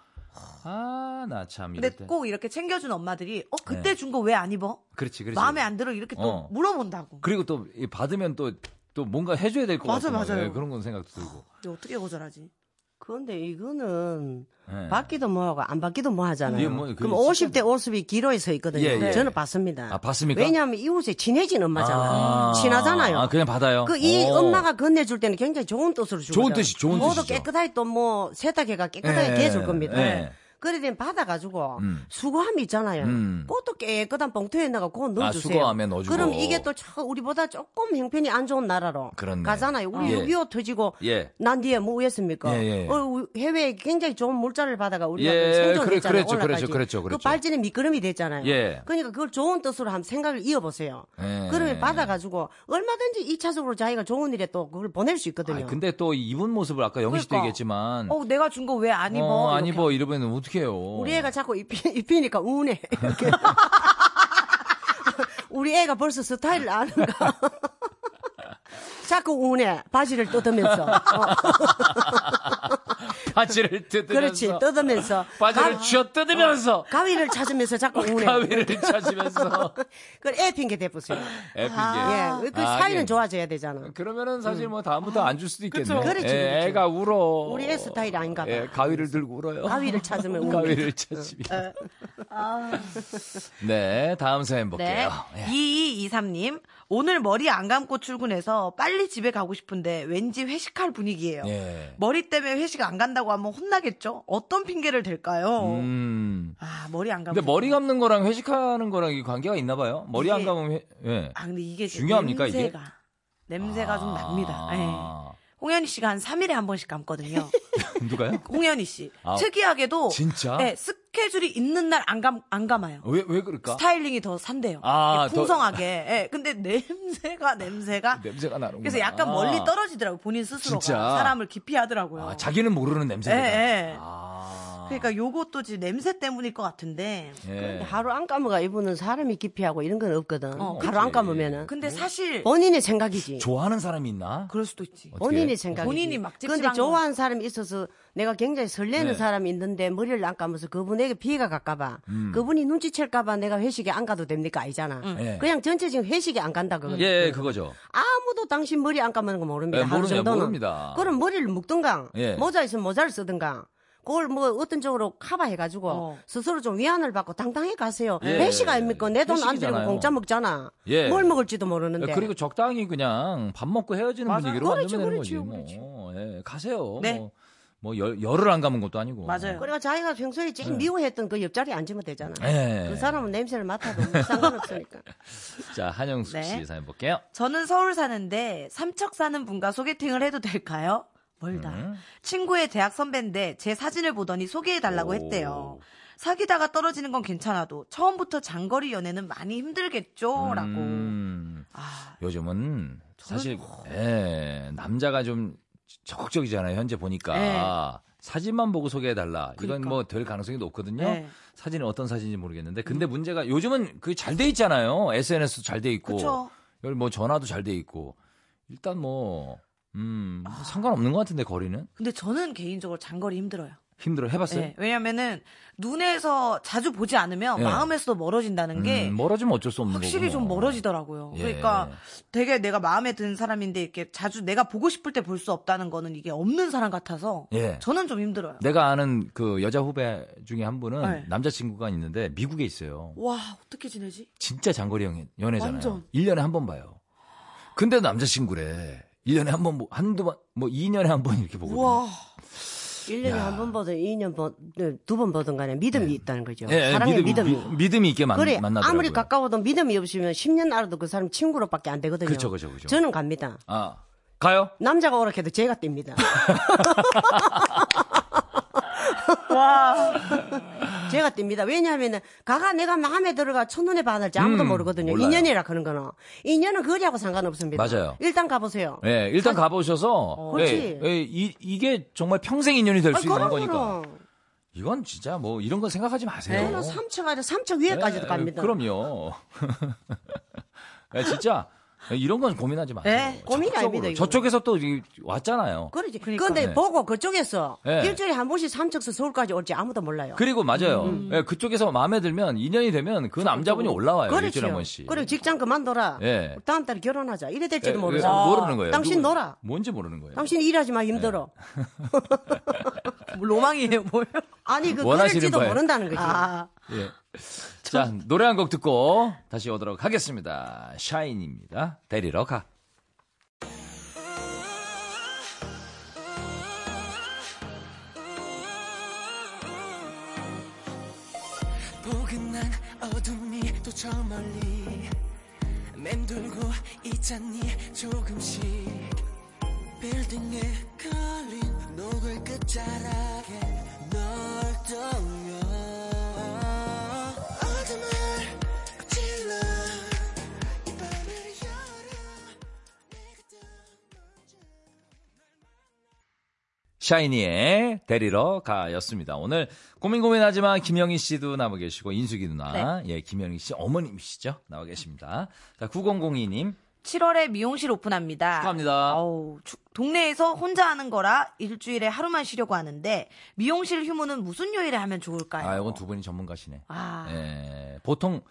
Speaker 2: 아, 나 참.
Speaker 3: 근데
Speaker 2: 이럴 때.
Speaker 3: 꼭 이렇게 챙겨준 엄마들이 어 그때
Speaker 2: 네.
Speaker 3: 준 거 왜 안 입어?
Speaker 2: 그렇지, 그렇지.
Speaker 3: 마음에 안 들어 이렇게 또
Speaker 2: 어.
Speaker 3: 물어본다고.
Speaker 2: 그리고 또이 받으면 또, 또 뭔가 해줘야 될 것
Speaker 3: 맞아,
Speaker 2: 같아요.
Speaker 3: 맞아요.
Speaker 2: 그런 건 생각도 들고.
Speaker 3: 근데 어떻게 거절하지?
Speaker 2: 음.
Speaker 4: 그런데 이거는
Speaker 2: 예.
Speaker 4: 받기도 뭐하고 안 받기도 뭐하잖아요.
Speaker 2: 이게 뭐, 그
Speaker 4: 그럼
Speaker 2: 진짜-
Speaker 4: 50대 50이 기로에 서 있거든요.
Speaker 2: 예, 예.
Speaker 4: 저는 봤습니다.
Speaker 2: 아, 봤습니까?
Speaker 4: 왜냐하면 이 옷에 친해진 엄마잖아요.
Speaker 2: 아.
Speaker 4: 친하잖아요.
Speaker 2: 아, 그냥 받아요.
Speaker 4: 그 이
Speaker 2: 오.
Speaker 4: 엄마가 건네줄 때는 굉장히 좋은 뜻으로 주고
Speaker 2: 좋은 뜻이- 좋은
Speaker 4: 모두
Speaker 2: 뜻이죠.
Speaker 4: 깨끗하게 또 뭐 세탁해가 깨끗하게
Speaker 2: 예,
Speaker 4: 개 해줄 겁니다.
Speaker 2: 예.
Speaker 4: 그래서 받아가지고
Speaker 2: 음.
Speaker 4: 수거함 있잖아요.
Speaker 2: 음. 아,
Speaker 4: 그것도 깨끗한 봉투에 넣어가 그거 넣어주세요.
Speaker 2: 수거함에 넣어주고.
Speaker 4: 그럼 이게 또 저- 우리보다 조금 형편이 안 좋은 나라로
Speaker 2: 그렇네.
Speaker 4: 가잖아요. 우리
Speaker 2: 예.
Speaker 4: 6.25 터지고
Speaker 2: 예.
Speaker 4: 난 뒤에 뭐 했습니까?
Speaker 2: 예, 예.
Speaker 4: 어, 우- 해외에 굉장히 좋은 물자를 받아가 우리가 뭐
Speaker 2: 예, 그래,
Speaker 4: 생존했잖아요.
Speaker 2: 그랬죠, 그렇죠, 그랬죠, 그랬죠, 그랬죠.
Speaker 4: 발진의 미끄럼이 됐잖아요.
Speaker 2: 예.
Speaker 4: 그러니까 그걸 좋은 뜻으로 한번 생각을 이어보세요.
Speaker 2: 예.
Speaker 4: 그러면 받아가지고 얼마든지 이차적으로 자기가 좋은 일에 또 그걸 보낼 수 있거든요.
Speaker 2: 아, 근데 또 입은 모습을 아까 영희 씨도
Speaker 3: 그러니까.
Speaker 2: 얘기했지만
Speaker 3: 어 내가 준 거 왜 안 입어?
Speaker 2: 어, 안
Speaker 3: 이렇게.
Speaker 2: 입어 이러면 어떻게 해요?
Speaker 4: 뭐 우리 애가 자꾸 입히, 입히니까 우네. 이렇게. 우리 애가 벌써 스타일을 아는가. 자꾸 우네 바지를 뜯으면서 어.
Speaker 2: 바지를 뜯으면서.
Speaker 4: 그렇지 뜯으면서 아.
Speaker 2: 바지를 쥐어 뜯으면서.
Speaker 4: 가, 위를 찾으면서 자꾸 우네
Speaker 2: 가위를 찾으면서.
Speaker 4: 그걸 애 핑계 대보세요
Speaker 2: 에픽에.
Speaker 4: 예, 그
Speaker 2: 아,
Speaker 4: 사이는
Speaker 2: 예.
Speaker 4: 좋아져야 되잖아
Speaker 2: 그러면은 사실 뭐 다음부터 안 줄 수도 있겠네.
Speaker 4: 아, 그쵸. 그렇지,
Speaker 2: 예,
Speaker 4: 그렇지.
Speaker 2: 애가 울어.
Speaker 4: 우리 애 스타일이 아닌가 봐.
Speaker 2: 예, 가위를 들고 울어요.
Speaker 4: 가위를 찾으면 어. 아. 우네
Speaker 2: 가위를 찾습니다. 네, 다음 사연
Speaker 3: 네.
Speaker 2: 볼게요. 예.
Speaker 3: 2223님, 오늘 머리 안 감고 출근해서 빨리 집에 가고 싶은데 왠지 회식할 분위기예요.
Speaker 2: 예.
Speaker 3: 머리 때문에 회식 안 간다고 하면 혼나겠죠? 어떤 핑계를 댈까요?
Speaker 2: 음.
Speaker 3: 아, 머리 안 감고.
Speaker 2: 근데 머리 감는 거랑 회식하는 거랑 이게 관계가 있나 봐요. 머리 안
Speaker 3: 이게-
Speaker 2: 감으면 회- 예.
Speaker 3: 아, 근데 이게 지금
Speaker 2: 중요합니까, 이게? 아.
Speaker 3: 냄새가, 냄새가 좀
Speaker 4: 아,
Speaker 3: 납니다. 예. 홍현희 씨가 한 3일에 한 번씩 감거든요.
Speaker 2: 누가요?
Speaker 3: 홍현희 씨.
Speaker 2: 아,
Speaker 3: 특이하게도
Speaker 2: 진짜?
Speaker 3: 네, 스케줄이 있는 날 안 감, 안 감아요.
Speaker 2: 왜, 왜 그럴까?
Speaker 3: 스타일링이 더 산대요.
Speaker 2: 아,
Speaker 3: 예, 풍성하게. 예, 근데 냄새가 냄새가
Speaker 2: 아, 냄새가 나는
Speaker 3: 그래서 약간 멀리 떨어지더라고 본인 스스로가
Speaker 2: 진짜?
Speaker 3: 사람을 기피하더라고요.
Speaker 2: 아, 자기는 모르는 냄새가.
Speaker 3: 예, 예.
Speaker 2: 아.
Speaker 3: 그러니까 요것도 지금 냄새 때문일 것 같은데.
Speaker 2: 예. 어,
Speaker 4: 하루 안 감으가 이분은 사람이 기피하고 이런 건 없거든 하루
Speaker 2: 그렇지.
Speaker 4: 안 감으면은
Speaker 3: 근데
Speaker 2: 네.
Speaker 3: 사실
Speaker 4: 본인의 생각이지
Speaker 2: 좋아하는 사람이 있나?
Speaker 3: 그럴 수도 있지.
Speaker 2: 어떻게?
Speaker 4: 본인의 생각이지.
Speaker 3: 본인이 막
Speaker 4: 근데
Speaker 3: 찝찝한
Speaker 4: 좋아하는 사람이 있어서 내가 굉장히
Speaker 2: 네.
Speaker 4: 설레는 사람이 있는데 머리를 안 감아서 그분에게 피해가 갈까봐
Speaker 2: 음.
Speaker 4: 그분이 눈치챌까봐 내가 회식에 안 가도 됩니까? 아니잖아.
Speaker 2: 예.
Speaker 4: 그냥 전체적인 회식에 안 간다 그거는.
Speaker 2: 예, 그거죠.
Speaker 4: 아무도 당신 머리 안 감는 거 모릅니다.
Speaker 2: 예,
Speaker 4: 하루
Speaker 2: 모르냐,
Speaker 4: 정도는.
Speaker 2: 모릅니다.
Speaker 4: 그럼 머리를 묶든가
Speaker 2: 예.
Speaker 4: 모자 있으면 모자를 쓰든가 그걸 뭐 어떤 쪽으로 커버해가지고
Speaker 3: 어.
Speaker 4: 스스로 좀 위안을 받고 당당히 가세요.
Speaker 2: 예.
Speaker 4: 회식 아닙니까? 내 돈 안
Speaker 2: 회식이잖아요.
Speaker 4: 들이고 공짜 먹잖아.
Speaker 2: 예.
Speaker 4: 뭘 먹을지도 모르는데.
Speaker 2: 그리고 적당히 그냥 밥 먹고 헤어지는
Speaker 3: 맞아요.
Speaker 2: 분위기로
Speaker 4: 그렇죠,
Speaker 2: 만들면
Speaker 4: 그렇죠,
Speaker 2: 되는 거지. 뭐. 예, 가세요.
Speaker 3: 네.
Speaker 2: 뭐, 뭐 열, 열을 안 감은 것도 아니고.
Speaker 3: 맞아요.
Speaker 4: 그러니까 자기가 평소에 제일 미워했던 그 옆자리에 앉으면 되잖아.
Speaker 2: 예.
Speaker 4: 그 사람은 냄새를 맡아도 뭐 상관없으니까.
Speaker 2: 자, 한영숙
Speaker 3: 네.
Speaker 2: 씨 사연 볼게요.
Speaker 3: 저는 서울 사는데 삼척 사는 분과 소개팅을 해도 될까요? 멀다.
Speaker 2: 음.
Speaker 3: 친구의 대학 선배인데 제 사진을 보더니 소개해달라고
Speaker 2: 오.
Speaker 3: 했대요. 사귀다가 떨어지는 건 괜찮아도 처음부터 장거리 연애는 많이 힘들겠죠? 라고.
Speaker 2: 음,
Speaker 3: 아,
Speaker 2: 요즘은 사실 예, 남자가 좀 적극적이잖아요. 현재 보니까 사진만 보고 소개해달라. 이건
Speaker 3: 예. 그러니까.
Speaker 2: 뭐 될 가능성이 높거든요.
Speaker 3: 네.
Speaker 2: 사진이 어떤 사진인지 모르겠는데
Speaker 3: 음.
Speaker 2: 근데 문제가 요즘은 그 잘 돼 있잖아요. SNS도 잘 돼 있고
Speaker 3: 그쵸.
Speaker 2: 여기 뭐 전화도 잘 돼 있고 일단 뭐 음,
Speaker 3: 아.
Speaker 2: 뭐 상관없는 것 같은데 거리는
Speaker 3: 근데 저는 개인적으로 장거리 힘들어요.
Speaker 2: 힘들어 해봤어요.
Speaker 3: 네, 왜냐면은 눈에서 자주 보지 않으면
Speaker 2: 예.
Speaker 3: 마음에서도 멀어진다는 게
Speaker 2: 음, 멀어지면 어쩔 수 없는 거고.
Speaker 3: 확실히 좀 멀어지더라고요.
Speaker 2: 예.
Speaker 3: 그러니까 되게 내가 마음에 드는 사람인데 이렇게 자주 내가 보고 싶을 때 볼 수 없다는 거는 이게 없는 사람 같아서
Speaker 2: 예.
Speaker 3: 저는 좀 힘들어요.
Speaker 2: 내가 아는 그 여자 후배 중에 한 분은
Speaker 3: 네.
Speaker 2: 남자친구가 있는데 미국에 있어요.
Speaker 3: 와 어떻게 지내지?
Speaker 2: 진짜 장거리 연- 연애잖아요.
Speaker 3: 완전.
Speaker 2: 1년에 한 번 봐요. 근데 남자친구래. 1년에 한 번, 보- 한두 번, 뭐 2년에 한 번 이렇게 보거든요.
Speaker 3: 와
Speaker 4: 1년에 한 번 보든 2년 보, 두번 보든 간에 믿음이 있다는 거죠.
Speaker 2: 예, 예,
Speaker 4: 사랑의 믿음이.
Speaker 2: 믿음이, 미- 믿음이 있게 만,
Speaker 4: 그래,
Speaker 2: 만나더라고요.
Speaker 4: 아무리 가까워도 믿음이 없으면 10년 알아도 그 사람 친구로밖에 안 되거든요.
Speaker 2: 그렇죠, 그쵸, 그쵸, 그쵸.
Speaker 4: 저는 갑니다.
Speaker 2: 아, 가요?
Speaker 4: 남자가 오락해도 제가 뛵니다. 제가 뛵니다. 왜냐하면 가가 내가 마음에 들어가 첫눈에 반할지 아무도
Speaker 2: 음,
Speaker 4: 모르거든요.
Speaker 2: 몰라요.
Speaker 4: 인연이라 그런 거는. 인연은 거리하고 상관없습니다.
Speaker 2: 맞아요.
Speaker 4: 일단 가보세요. 어,
Speaker 2: 예, 일단 가보셔서.
Speaker 4: 그렇지.
Speaker 2: 예, 예, 이, 이게 정말 평생 인연이 될
Speaker 4: 아니,
Speaker 2: 수 있는
Speaker 4: 그럼
Speaker 2: 거니까.
Speaker 4: 그럼.
Speaker 2: 이건 진짜 뭐 이런 거 생각하지 마세요.
Speaker 4: 저는 3층 아니라 3층 위에까지도
Speaker 2: 예,
Speaker 4: 뭐 갑니다.
Speaker 2: 그럼요. 예, 진짜. 이런 건 고민하지 마세요.
Speaker 3: 예,
Speaker 4: 네, 고민이
Speaker 2: 적극적으로.
Speaker 4: 아닙니다, 이거는.
Speaker 2: 저쪽에서 또 이- 왔잖아요.
Speaker 4: 그러지. 그
Speaker 3: 그러니까.
Speaker 4: 런데
Speaker 2: 네.
Speaker 4: 보고 그쪽에서
Speaker 2: 예.
Speaker 4: 일주일에 한 번씩 삼척서 서울까지 올지 아무도 몰라요.
Speaker 2: 그리고 맞아요.
Speaker 4: 음,
Speaker 2: 예, 그쪽에서 마음에 들면 인연이 되면 그 남자분이 올라와요. 일주일에 한 번씩.
Speaker 4: 그렇죠. 그리고 직장 그만둬라.
Speaker 2: 예.
Speaker 4: 다음 달에 결혼하자. 이래
Speaker 2: 예,
Speaker 4: 될지도
Speaker 2: 예,
Speaker 4: 모르잖아.
Speaker 2: 모르는 거예요.
Speaker 4: 당신
Speaker 2: 누구- 예.
Speaker 4: 놀아.
Speaker 2: 뭔지 모르는 거예요.
Speaker 4: 당신 일하지 마 힘들어.
Speaker 3: 뭐 로망이에요 뭐요?
Speaker 4: 아니 그
Speaker 2: 원하시는
Speaker 4: 그럴지도
Speaker 2: 바에.
Speaker 4: 모른다는 거지.
Speaker 3: 아
Speaker 2: 예. 자, 노래 한 곡 듣고 다시 오도록 하겠습니다. 샤인입니다. 데리러 가.
Speaker 6: 포근한 어둠이 또 저 멀리 맴돌고 있잖니 조금씩 빌딩에 걸린 노을 끝자락에 널 떠올려 어둠을 질러 이 밤을 열어
Speaker 2: 샤이니의 데리러 가였습니다. 오늘 고민 고민하지만 김영희 씨도 나와
Speaker 3: 네.
Speaker 2: 계시고 인숙이 누나, 예, 김영희 씨 어머님이시죠? 나와 계십니다. 자, 9002님.
Speaker 3: 7월에 미용실 오픈합니다.
Speaker 2: 축하합니다.
Speaker 3: 어우, 축- 동네에서 혼자 하는 거라 일주일에 하루만 쉬려고 하는데 미용실 휴무는 무슨 요일에 하면 좋을까요?
Speaker 2: 아, 이건 두 분이 전문가시네.
Speaker 3: 아,
Speaker 2: 예, 보통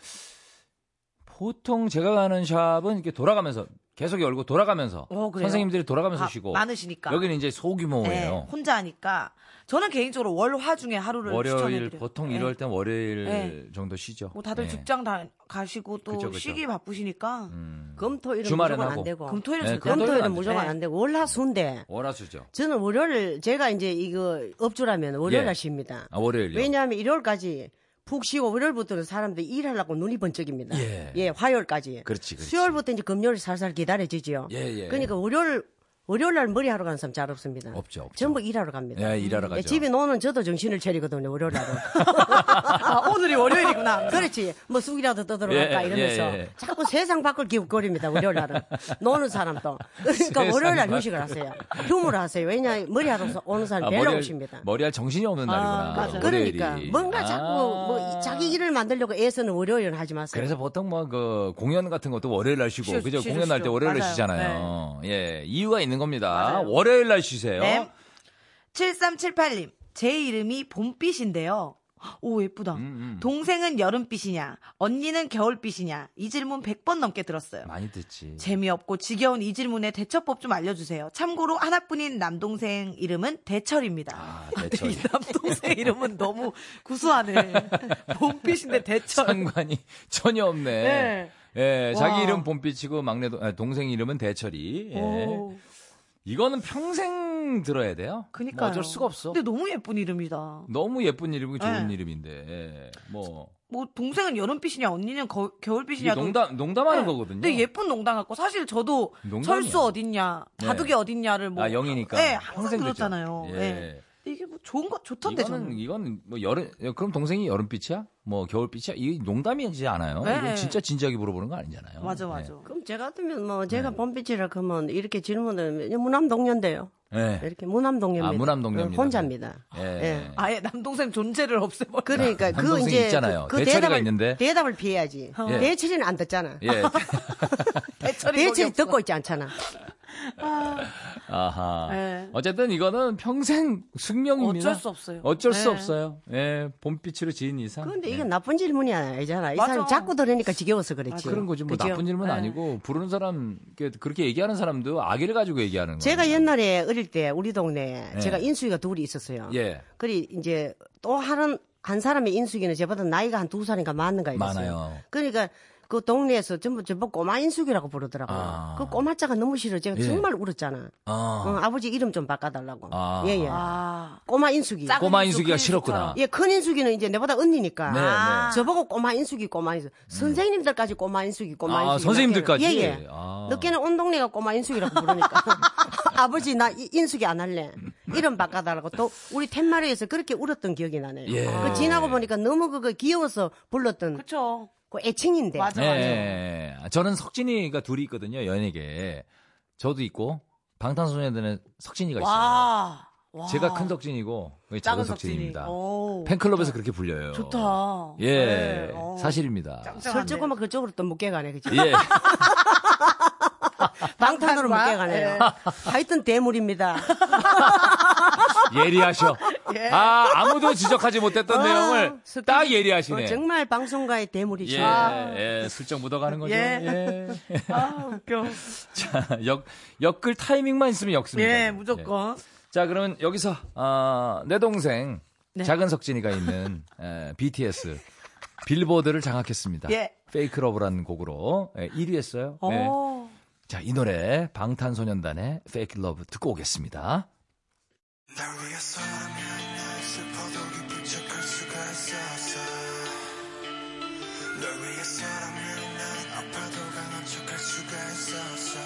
Speaker 2: 보통 제가 가는 샵은 이렇게 돌아가면서 계속 열고 돌아가면서
Speaker 3: 어, 그래요?
Speaker 2: 선생님들이 돌아가면서
Speaker 3: 아,
Speaker 2: 네. 쉬고
Speaker 3: 많으시니까.
Speaker 2: 여기는 이제
Speaker 3: 네,
Speaker 2: 소규모예요.
Speaker 3: 혼자 하니까 저는 개인적으로 월화 중에 하루를
Speaker 2: 월요일
Speaker 3: 추천해드려요.
Speaker 2: 보통
Speaker 3: 네.
Speaker 2: 이럴 땐 월요일
Speaker 3: 네.
Speaker 2: 정도 쉬죠.
Speaker 3: 뭐 다들
Speaker 2: 예.
Speaker 3: 직장 다 가시고 또
Speaker 2: 그쵸, 그쵸.
Speaker 3: 쉬기 바쁘시니까
Speaker 2: 음.
Speaker 4: 금토일은
Speaker 2: 주말엔
Speaker 4: 무조건 안
Speaker 2: 하고.
Speaker 4: 되고.
Speaker 3: 금토일은
Speaker 2: 네,
Speaker 3: 절대 안
Speaker 2: 금토일은 안
Speaker 3: 돼요.
Speaker 2: 되죠.
Speaker 4: 금토일은 무조건
Speaker 3: 네.
Speaker 4: 안 되고 월화수인데
Speaker 2: 월화수죠.
Speaker 4: 저는 월요일 제가 이제 이거 업주라면 월요일
Speaker 2: 예.
Speaker 4: 하십니다.
Speaker 2: 아 월요일요.
Speaker 4: 왜냐하면 일요일까지 푹 쉬고 월요일부터는 사람들이 일하려고 눈이 번쩍입니다.
Speaker 2: 예.
Speaker 4: 화요일까지.
Speaker 2: 그렇지, 그렇지.
Speaker 4: 수요일부터 이제 금요일 살살 기다려지지요.
Speaker 2: 예, 예.
Speaker 4: 그러니까 월요일 월요일 날 머리 하러 가는 사람 잘 없습니다.
Speaker 2: 없죠, 없죠.
Speaker 4: 전부 일하러 갑니다.
Speaker 2: 예, 일하러 가죠.
Speaker 4: 집에 노는 저도 정신을 차리거든요. 월요일 날은.
Speaker 3: 아, 오늘이 월요일이구나.
Speaker 4: 그렇지. 뭐 쑥이라도 떠들어갈까
Speaker 2: 예,
Speaker 4: 이러면서
Speaker 2: 예, 예.
Speaker 4: 자꾸 세상 밖을 기웃거립니다. 월요일 날은 노는 사람도. 그러니까
Speaker 2: 세상
Speaker 4: 월요일 날
Speaker 2: 밖을.
Speaker 4: 휴식을 하세요. 휴무를 하세요. 왜냐 면 머리 하러 오는
Speaker 3: 아,
Speaker 4: 사람 별로
Speaker 2: 아, 머리할-
Speaker 4: 오십니다.
Speaker 2: 머리할 정신이 없는 날이구나. 월요일이.
Speaker 4: 그러니까 뭔가 자꾸
Speaker 2: 아.
Speaker 4: 뭐 이- 자기 일을 만들려고 애쓰는 월요일은 하지 마세요.
Speaker 2: 그래서 보통 뭐 그 공연 같은 것도 월요일 날 쉬고
Speaker 3: 쉬-
Speaker 2: 그죠
Speaker 3: 쉬죠,
Speaker 2: 공연 날 때
Speaker 3: 쉬죠.
Speaker 2: 월요일 날
Speaker 3: 맞아요. 네.
Speaker 2: 쉬잖아요. 예 이유가 있는 겁니다.
Speaker 3: 맞아요.
Speaker 2: 월요일 날 쉬세요.
Speaker 3: 네. 7378님, 제 이름이 봄빛인데요. 오,
Speaker 2: 음,
Speaker 3: 예쁘다. 동생은 여름빛이냐, 언니는 겨울빛이냐, 이 질문 100번 넘게 들었어요.
Speaker 2: 많이 듣지.
Speaker 3: 재미없고 지겨운 이 질문의 대처법 좀 알려주세요. 참고로 하나뿐인 남동생 이름은 대철입니다.
Speaker 2: 아, 대철.
Speaker 3: 이 남동생 이름은 너무 구수하네. 봄빛인데 대철.
Speaker 2: 상관이 전혀 없네.
Speaker 3: 네.
Speaker 2: 예,
Speaker 3: 와.
Speaker 2: 자기 이름 봄빛이고 막내 동, 아, 동생 이름은 대철이. 예.
Speaker 3: 오,
Speaker 2: 이거는 평생 들어야 돼요.
Speaker 3: 그니까요.
Speaker 2: 뭐 어쩔 수가 없어.
Speaker 3: 근데 너무 예쁜 이름이다.
Speaker 2: 너무 예쁜 이름이 좋은
Speaker 3: 네.
Speaker 2: 이름인데. 예. 뭐
Speaker 3: 뭐 동생은 여름빛이냐 언니는 거-
Speaker 2: 이게
Speaker 3: 겨울빛이냐
Speaker 2: 농담 농담하는
Speaker 3: 네.
Speaker 2: 거거든요.
Speaker 3: 근데 예쁜 농담 같고 사실 저도
Speaker 2: 농담이야.
Speaker 3: 철수 어딨냐,
Speaker 2: 네.
Speaker 3: 다둑이 어딨냐를 뭐
Speaker 2: 아 영이니까
Speaker 3: 네, 항상
Speaker 2: 되죠.
Speaker 3: 그렇잖아요.
Speaker 2: 예.
Speaker 3: 네. 이게 뭐 좋은 거 좋던데
Speaker 2: 이거는
Speaker 3: 저는.
Speaker 2: 이건 뭐 여름 그럼 동생이 여름빛이야? 뭐 겨울빛이야? 이 농담이지 않아요.
Speaker 3: 네.
Speaker 2: 이건 진짜 진지하게 물어보는 거 아니잖아요.
Speaker 3: 맞아 맞아.
Speaker 4: 그럼 제가 같으면 뭐 제가 봄빛이라 그러면 이렇게 질문을 무남동녀인데요.
Speaker 2: 네. 네.
Speaker 4: 이렇게 무남동녀입니다.
Speaker 2: 아, 무남동녀입니다.
Speaker 4: 혼자입니다.
Speaker 2: 예.
Speaker 4: 예.
Speaker 3: 아예 남동생 존재를 없애버려.
Speaker 4: 그러니까 그
Speaker 2: 남동생이
Speaker 4: 이제
Speaker 2: 있잖아요.
Speaker 4: 그, 그
Speaker 2: 대철이가
Speaker 4: 대답을
Speaker 2: 있는데.
Speaker 4: 대답을 피해야지.
Speaker 2: 예.
Speaker 4: 대철이는 안 듣잖아.
Speaker 2: 예.
Speaker 3: 대철이
Speaker 4: 대철이
Speaker 3: 거기 없어.
Speaker 4: 듣고 있지 않잖아.
Speaker 2: 아하.
Speaker 3: 네.
Speaker 2: 어쨌든 이거는 평생 숙명입니다.
Speaker 3: 어쩔 수 없어요.
Speaker 2: 어쩔 수
Speaker 3: 네.
Speaker 2: 없어요. 예. 봄빛으로 지은 이상.
Speaker 4: 그런데
Speaker 2: 예.
Speaker 4: 이게 나쁜 질문이 아니잖아. 이
Speaker 3: 맞아.
Speaker 4: 사람 자꾸 들으니까 지겨워서 그렇지.
Speaker 2: 그런 거지 뭐
Speaker 4: 그죠?
Speaker 2: 나쁜
Speaker 3: 예.
Speaker 2: 질문 은 아니고 부르는 사람 이렇게 그렇게 얘기하는 사람도 악의를 가지고 얘기하는 거예요.
Speaker 4: 제가 옛날에 어릴 때 우리 동네에
Speaker 2: 예.
Speaker 4: 제가 인수위가 둘이 있었어요.
Speaker 2: 예.
Speaker 4: 그리 이제 또 하는 한 사람의 인수기는 저보다 나이가 한 두 살인가 많은가 이랬어요.
Speaker 2: 많아요.
Speaker 4: 그러니까 그 동네에서 전부 전부 꼬마 인수기라고 부르더라고요.
Speaker 2: 아.
Speaker 4: 그 꼬마자가 너무 싫어. 제가
Speaker 2: 예.
Speaker 4: 정말 울었잖아.
Speaker 2: 아.
Speaker 4: 어, 아버지 이름 좀 바꿔달라고.
Speaker 2: 아.
Speaker 4: 예, 예.
Speaker 3: 아
Speaker 4: 꼬마 인수기.
Speaker 3: 작-
Speaker 2: 꼬마 인수기가
Speaker 3: 큰
Speaker 2: 싫었구나.
Speaker 4: 예, 큰 인수기는 이제 내보다 언니니까.
Speaker 2: 네, 네.
Speaker 4: 저보고 꼬마 인수기, 꼬마 인수. 선생님들까지 꼬마 인수기, 꼬마
Speaker 2: 아,
Speaker 4: 인수기.
Speaker 2: 선생님들까지?
Speaker 4: 늦게는. 예, 예.
Speaker 2: 아.
Speaker 4: 늦게는 온 동네가 꼬마 인수기라고 부르니까. 아버지, 나 이- 인수기 안 할래. 이름 바꿔달라고. 또, 우리 텐마루에서 그렇게 울었던 기억이 나네요.
Speaker 2: 예.
Speaker 4: 그 지나고 보니까 너무 그거 귀여워서 불렀던
Speaker 3: 그렇죠.
Speaker 4: 그 애칭인데.
Speaker 3: 맞아
Speaker 2: 예,
Speaker 3: 맞아.
Speaker 2: 예, 예. 저는 석진이가 둘이 있거든요, 연예계에. 저도 있고, 방탄소년단에 석진이가 있어요.
Speaker 3: 와. 아, 와.
Speaker 2: 제가 큰 석진이고, 거의 작은,
Speaker 4: 어.
Speaker 2: 석진입니다.
Speaker 3: 오.
Speaker 2: 팬클럽에서 그렇게 불려요.
Speaker 3: 좋다.
Speaker 2: 예,
Speaker 3: 네, 어.
Speaker 2: 사실입니다.
Speaker 4: 설조고만 그쪽으로 또 못 깨가네, 그죠?
Speaker 2: 예,
Speaker 4: 방탄으로 못
Speaker 3: 방탄과?
Speaker 4: 깨가네요.
Speaker 3: 예.
Speaker 4: 하여튼 대물입니다.
Speaker 2: 예리하셔. 아, 아무도 지적하지 못했던 내용을
Speaker 4: 석진이-
Speaker 2: 딱
Speaker 4: 어,
Speaker 2: 예리하시네.
Speaker 4: 정말 방송가의 대물이죠.
Speaker 2: 예, 예, 슬쩍 묻어가는 거죠.
Speaker 3: 예.
Speaker 2: 예.
Speaker 3: 아 웃겨.
Speaker 2: 자, 역, 역글 타이밍만 있으면 역습니다.
Speaker 3: 예 무조건.
Speaker 2: 자, 그러면 여기서 아, 내 동생
Speaker 3: 네.
Speaker 2: 작은 석진이가 있는 에, BTS 빌보드를 장악했습니다.
Speaker 3: 예.
Speaker 2: 페이크 러브라는 곡으로 예, 1위했어요. 예.
Speaker 3: 오.
Speaker 2: 자, 이 노래 방탄소년단의 페이크 러브 듣고 오겠습니다.
Speaker 6: 날 위해서라면 슬퍼도 기쁜 척할 수가 있었어 널 위해서라면 나는 아파도 강한 척할 수가 있었어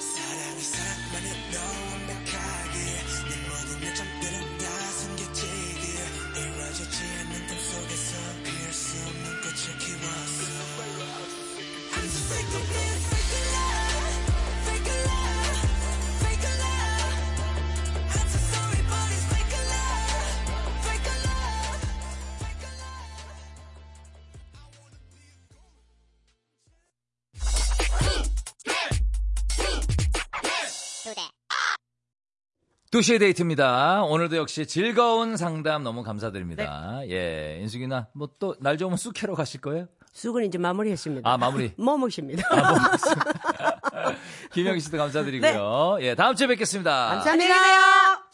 Speaker 6: 사랑이 사랑만은 너무 완벽하게 내 모든 내 잠들은 다 숨겨지게 이루어지지 않는 꿈 속에서 피할 수 없는 꽃을 키웠어 I'm just fake it, fake it love, fake it love, fake it love I'm so sorry, but it's fake love, fake love.
Speaker 2: 2시의 데이트입니다. 오늘도 역시 즐거운 상담 너무 감사드립니다. 예, 인숙이나 뭐 또 날 좋으면 쑥 캐러 가실 거예요?
Speaker 4: 쑥은 이제 마무리했습니다. 뭐
Speaker 2: 아, 마무리. 아, 뭐?
Speaker 4: 머뭇입니다.
Speaker 2: 김영희 씨도 네. 감사드리고요. 예, 다음 주에 뵙겠습니다.
Speaker 4: 감사합니다.